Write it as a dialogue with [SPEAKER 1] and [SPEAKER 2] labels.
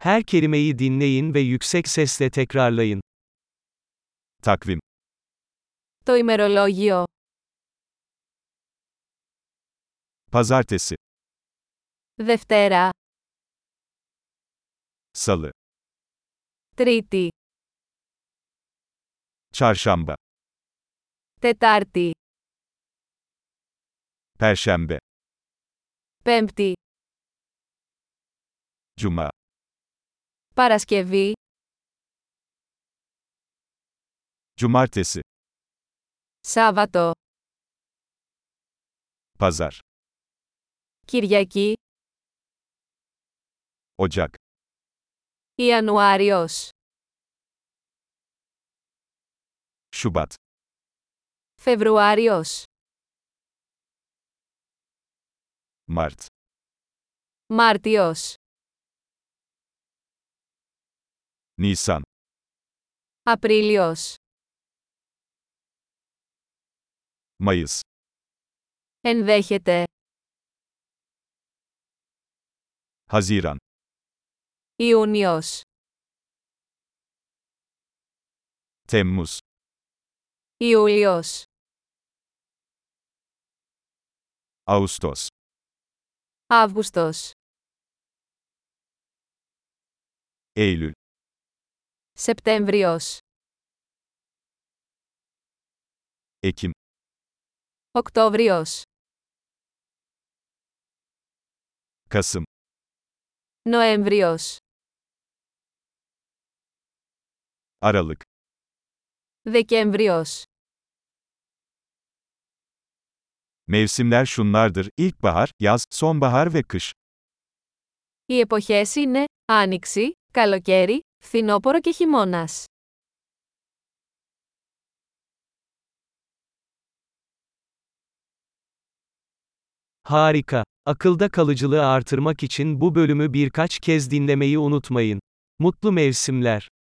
[SPEAKER 1] Her kelimeyi dinleyin ve yüksek sesle tekrarlayın.
[SPEAKER 2] Takvim,
[SPEAKER 3] Το ημερολόγιο.
[SPEAKER 2] pazartesi,
[SPEAKER 3] Δευτέρα.
[SPEAKER 2] salı,
[SPEAKER 3] Τρίτη.
[SPEAKER 2] çarşamba,
[SPEAKER 3] Τετάρτη.
[SPEAKER 2] perşembe,
[SPEAKER 3] Πέμπτη.
[SPEAKER 2] cuma,
[SPEAKER 3] Παρασκευή.
[SPEAKER 2] cumartesi,
[SPEAKER 3] Σάββατο.
[SPEAKER 2] pazar,
[SPEAKER 3] Κυριακή.
[SPEAKER 2] ocak,
[SPEAKER 3] Ιανουάριος.
[SPEAKER 2] şubat,
[SPEAKER 3] Φεβρουάριος.
[SPEAKER 2] mart,
[SPEAKER 3] Μάρτιος.
[SPEAKER 2] nisan,
[SPEAKER 3] Απρίλιος.
[SPEAKER 2] mayıs,
[SPEAKER 3] Ενδέχεται.
[SPEAKER 2] haziran,
[SPEAKER 3] Ιούνιος.
[SPEAKER 2] temmuz,
[SPEAKER 3] Ιούλιος.
[SPEAKER 2] ağustos,
[SPEAKER 3] Αύγουστος.
[SPEAKER 2] eylül,
[SPEAKER 3] Σεπτέμβριος.
[SPEAKER 2] ekim,
[SPEAKER 3] Οκτώβριος.
[SPEAKER 2] kasım,
[SPEAKER 3] Νοέμβριος.
[SPEAKER 2] aralık,
[SPEAKER 3] Δεκέμβριος.
[SPEAKER 2] mevsimler şunlardır: ilkbahar, yaz, sonbahar ve kış.
[SPEAKER 3] Οι εποχές είναι Άνοιξη, Καλοκαίρι, Φθινόπορο και Χειμώνας.
[SPEAKER 1] Harika. Akılda kalıcılığı artırmak için bu bölümü birkaç kez dinlemeyi unutmayın. Mutlu mevsimler.